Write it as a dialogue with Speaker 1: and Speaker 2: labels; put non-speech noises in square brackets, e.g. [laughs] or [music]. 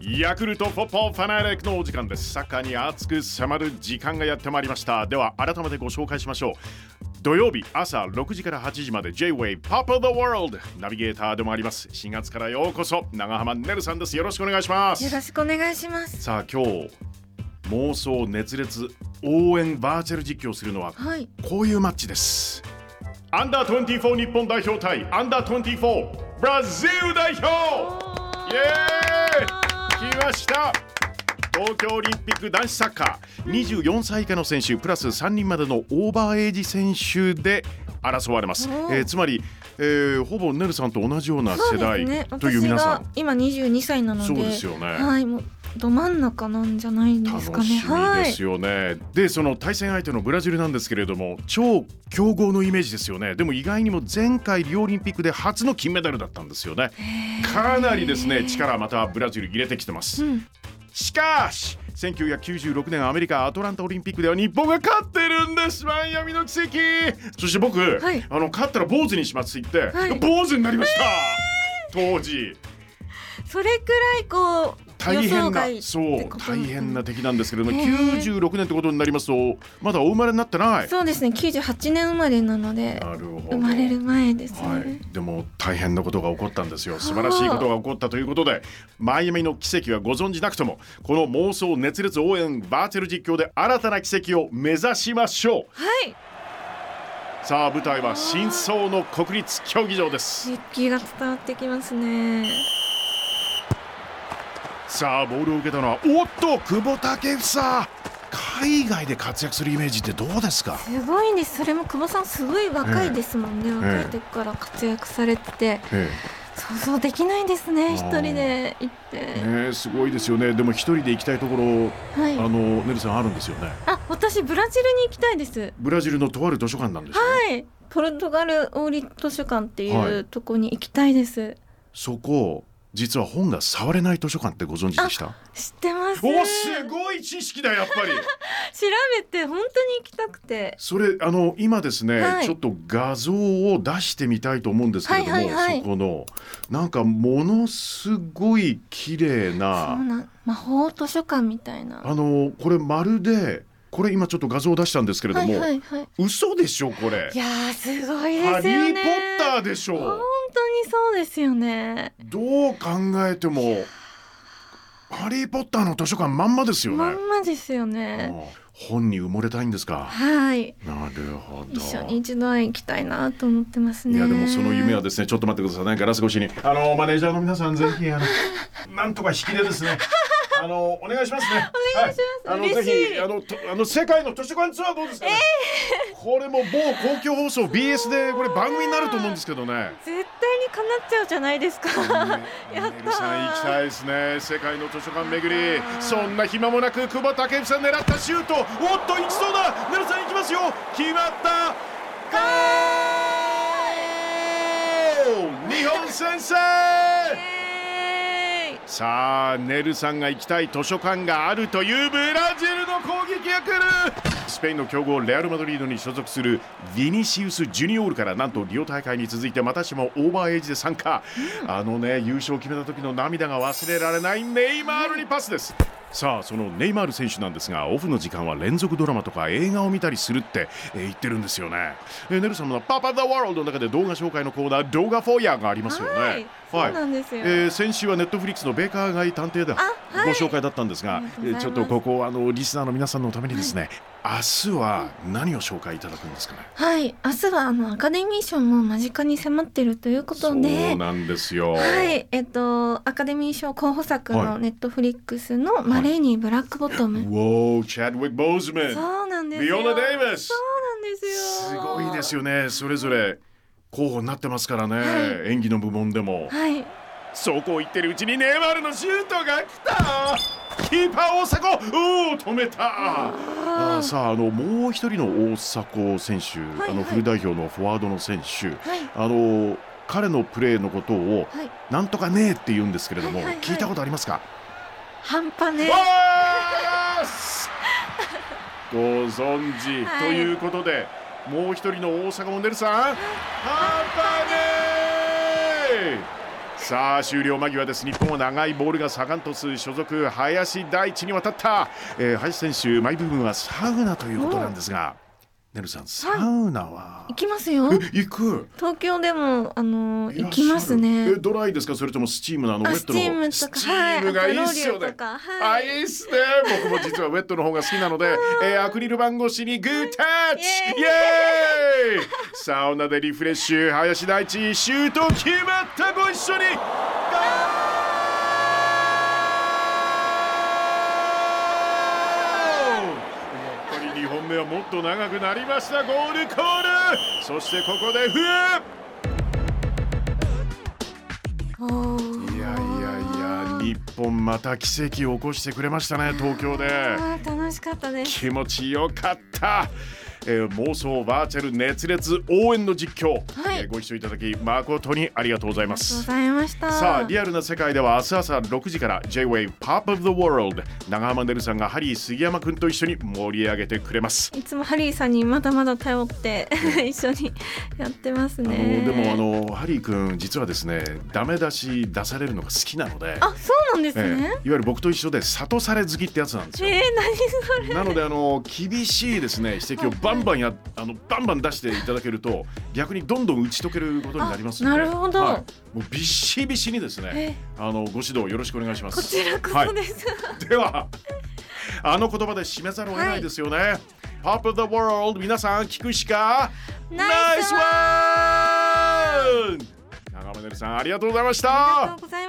Speaker 1: ヤクルトポッポファナレクのお時間ですサッカーに熱く迫る時間がやってまいりましたでは改めてご紹介しましょう土曜日朝6時から8時まで J-WAY Pop of the World ナビゲーターでもあります4月からようこそ長浜ねるさんですよろしくお願いします
Speaker 2: よろしくお願いします。
Speaker 1: さあ今日妄想熱烈応援バーチャル実況するのは
Speaker 2: はい。
Speaker 1: こういうマッチですアンダー24日本代表対アンダー24ブラジル代表イエーイ来ました東京オリンピック男子サッカー24歳以下の選手プラス3人までのオーバーエイジ選手で争われます、
Speaker 2: おー
Speaker 1: えーつまり、えーほぼねるさんと同じような
Speaker 2: そ
Speaker 1: 世
Speaker 2: うです
Speaker 1: 代
Speaker 2: ね。
Speaker 1: という
Speaker 2: 私
Speaker 1: 皆さ
Speaker 2: が
Speaker 1: ん
Speaker 2: 今22歳なので、
Speaker 1: そうですよね
Speaker 2: はい、もうど真ん中なんじゃないです
Speaker 1: 楽
Speaker 2: かね。
Speaker 1: しみですよね、でその対戦相手のブラジルなんですけれども超強豪のイメージですよねでも意外にも前回リオオリンピックで初の金メダルだったんですよねかなりですね力またブラジル入れてきてます、
Speaker 2: うん
Speaker 1: しかし1996年アメリカアトランタオリンピックでは日本が勝ってるんですマイアミの奇跡そして僕、
Speaker 2: い
Speaker 1: あの勝ったら坊主にしますって言って、
Speaker 2: はい
Speaker 1: 坊主になりま
Speaker 2: [laughs]
Speaker 1: した、当時
Speaker 2: はい。それくらいこう
Speaker 1: 大
Speaker 2: 予想
Speaker 1: 変な
Speaker 2: 外って
Speaker 1: そ
Speaker 2: こ
Speaker 1: う
Speaker 2: と
Speaker 1: 大変な。敵なんですけれども、
Speaker 2: へー
Speaker 1: 96年ってことになりますとまだお生まれになってない
Speaker 2: そうですね。98年生まれなので
Speaker 1: なるほど
Speaker 2: 生まれる前ですね。
Speaker 1: はい、でも大変なことが起こったんですよ素晴らしいことが起こったということでマイアミの奇跡はご存じなくともこの妄想熱烈応援バーチャル実況で新たな奇跡を目指しましょう
Speaker 2: はい。
Speaker 1: さあ舞台は真相の国立競技場です
Speaker 2: 熱気が伝わってきますね。
Speaker 1: さあボールを受けたのはおっと久保建英海外で活躍するイメージってどうですか
Speaker 2: すごいんです。それも久保さんすごい若いですもんね。若い時から活躍されてて。
Speaker 1: ええ
Speaker 2: 想像できないですね一
Speaker 1: あー
Speaker 2: 人で行って、
Speaker 1: ねえ、すごいですよね、でも一人で行きたいところ、あ
Speaker 2: はい
Speaker 1: のねるさん、あるんですよね、
Speaker 2: あ私ブラジルに行きたいです
Speaker 1: ブラジルのとある図書館なんですよ、
Speaker 2: はいポルトガルオーリ図書館っていう、
Speaker 1: はい
Speaker 2: とこに行きたいです
Speaker 1: そこ、実は本が触れない図書館ってご存知でした
Speaker 2: 知ってます調
Speaker 1: おすごい知識だ、やっ
Speaker 2: [laughs]
Speaker 1: ぱり。
Speaker 2: べて本当に行きたくて
Speaker 1: それあの今ですね、
Speaker 2: はい
Speaker 1: ちょっと画像を出してみたいと思うんですけれども、
Speaker 2: はいはいはい
Speaker 1: そこのなんかものすごい綺麗
Speaker 2: そう
Speaker 1: な
Speaker 2: なん魔法図書館みたいな
Speaker 1: あのこれまるでこれ今ちょっと画像を出したんですけれど
Speaker 2: は
Speaker 1: も、
Speaker 2: いはいはい
Speaker 1: 嘘でしょこれ
Speaker 2: いやーすごい
Speaker 1: ハリ
Speaker 2: ですよ
Speaker 1: ー・
Speaker 2: ね
Speaker 1: ポッターでしょ
Speaker 2: 本当にそうですよね
Speaker 1: どう考えても「ハリー・ポッター」の図書館まんまですよ
Speaker 2: まん
Speaker 1: ね。
Speaker 2: まですよ
Speaker 1: う
Speaker 2: ね
Speaker 1: ん本に埋もれたいんですか。
Speaker 2: はい
Speaker 1: なるほど。
Speaker 2: 一緒に一度は行きたいなと思ってます
Speaker 1: い
Speaker 2: ね
Speaker 1: やでもその夢はですねちょっと待ってくださいねガラス越しにあのマネージャーの皆さんぜひ
Speaker 2: [laughs]
Speaker 1: あのなんとか引きでですねあのお願いしますねお願いし
Speaker 2: ます嬉しい
Speaker 1: あのぜひあのとあの世界の図書館ツアーどうですかね、これも某公共放送 BS でこれ番組になると思うんですけどね
Speaker 2: 絶対にかなっちゃうじゃないですか。やったー
Speaker 1: ねるさん行きたいですね世界の図書館巡りそんな暇もなく久保建英さん狙ったシュートおっと行きそうだねるさん行きますよ決まったゴール日本先制
Speaker 2: えー
Speaker 1: さあねるさんが行きたい図書館があるというブラジルの攻撃が来るスペインの強豪レアル・マドリードに所属するヴィニシウス・ジュニオールからなんとリオ大会に続いてまたしてもオーバーエイジで参加、あのね優勝を決めた時の涙が忘れられないネイマールにパスですさあそのネイマール選手なんですがオフの時間は連続ドラマとか映画を見たりするって、えー言ってるんですよね、えー、ネルさんの「パパ・ザ・ワールド」の中で動画紹介のコーナー「動画フォーヤー」がありますよね
Speaker 2: はい、そうなんですよ。
Speaker 1: えー先週はネットフリックスのベーカー街探偵だ、
Speaker 2: あはい
Speaker 1: ご紹介だったんですが
Speaker 2: あ
Speaker 1: えー
Speaker 2: りがとうございます
Speaker 1: ちょっとここあのリスナーの皆さんのためにですね、明日は何を紹介いただくんですかね
Speaker 2: はい、明日はあのアカデミー賞も間近に迫っているということ
Speaker 1: そう
Speaker 2: で。
Speaker 1: なんですよ、
Speaker 2: はい、えっと、アカデミー賞候補作
Speaker 1: は
Speaker 2: の
Speaker 1: い
Speaker 2: ネットフリックスのマレーニーブラックボト
Speaker 1: ウ
Speaker 2: ム。
Speaker 1: ォーチャッドウィック・ボーズマン
Speaker 2: そうなんです
Speaker 1: ビ
Speaker 2: よ。
Speaker 1: オナ・デイビス
Speaker 2: そうなんです
Speaker 1: す
Speaker 2: よ。
Speaker 1: ごいです
Speaker 2: よ。
Speaker 1: よねそれぞれ候補になってますからね、
Speaker 2: は
Speaker 1: 演技の部門でも
Speaker 2: はい、
Speaker 1: そうこう言ってるうちにネイマールのシュートが来たキーパー大迫おお止めたあーさああのもう一人の大迫選手、
Speaker 2: はい
Speaker 1: あのフル代表のフォワードの選手
Speaker 2: はい、
Speaker 1: あの彼のプレーのことを
Speaker 2: はい、
Speaker 1: なんとかねえって言うんですけれども、
Speaker 2: はいはいはい
Speaker 1: 聞いたことありますか、
Speaker 2: 半端ね。
Speaker 1: わーすご存知、
Speaker 2: はい
Speaker 1: ということでもう一人の大阪モデルさんハンパネーさあ終了間際です日本は長いボールがサガン鳥栖所属林大地に渡った、えー林選手マイ部分はサウナということなんですがねるさんサウナは、
Speaker 2: 行きますよ
Speaker 1: え行く
Speaker 2: 東京でもあの
Speaker 1: いら
Speaker 2: 行
Speaker 1: っしゃる
Speaker 2: きます
Speaker 1: え
Speaker 2: ね
Speaker 1: ドライですかそれともスチームのあのウェ
Speaker 2: あ
Speaker 1: ッ
Speaker 2: スチ
Speaker 1: トの
Speaker 2: ーム
Speaker 1: 方
Speaker 2: とか
Speaker 1: スチームがいいっすよ
Speaker 2: はいあとローリエ
Speaker 1: ね
Speaker 2: とか
Speaker 1: あ
Speaker 2: はい
Speaker 1: いいっすね僕も実はウェットの方が好きなの
Speaker 2: [laughs]
Speaker 1: で、えーアクリル板越しにグータッチイ
Speaker 2: イ
Speaker 1: エーイサウナでリフレッシュ林大地シュート決まったご一緒にゴールやっぱり2本目はもっと長くなりましたゴールコールそしてここでフー
Speaker 2: おー
Speaker 1: いやいやいや日本また奇跡を起こしてくれましたね東京で
Speaker 2: あー楽しかったです
Speaker 1: 気持ちよかった、えー妄想バーチャル熱烈応援の実況、
Speaker 2: はい
Speaker 1: えーご一緒いただき誠にありがとうございま
Speaker 2: ありがとうご
Speaker 1: す
Speaker 2: ざいました
Speaker 1: さあリアルな世界では明日朝6時から J-WAVE Pop of the World 長濱ねるさんがハリー杉山くんと一緒に盛り上げてくれます
Speaker 2: いつもハリーさんにまだまだ頼って [laughs] 一緒にやってます
Speaker 1: あの
Speaker 2: ね
Speaker 1: でもあのハリーくん実はですねダメ出し出されるのが好きなので
Speaker 2: あそうなんです
Speaker 1: ええい
Speaker 2: ね
Speaker 1: わ、ゆる僕と一緒で諭され好きってやつなんです
Speaker 2: え
Speaker 1: よ
Speaker 2: ー、何それ
Speaker 1: なのであの厳しいですね指摘をバンバンやあのバンバン出していただけると逆にどんどん打ち解けることになりますので
Speaker 2: あなるほど
Speaker 1: い、もうびっしびしにですね
Speaker 2: え
Speaker 1: あのご指導よろしくお願いします
Speaker 2: こちらこ
Speaker 1: はい
Speaker 2: そです、 [laughs]
Speaker 1: ではあの言葉で締めざるを得ないですよね、パップ・ザ・ワールド皆さん聞くしか
Speaker 2: ナイスワ
Speaker 1: ナイスワン長濱ねるさんありがとうございました
Speaker 2: ありがとうございました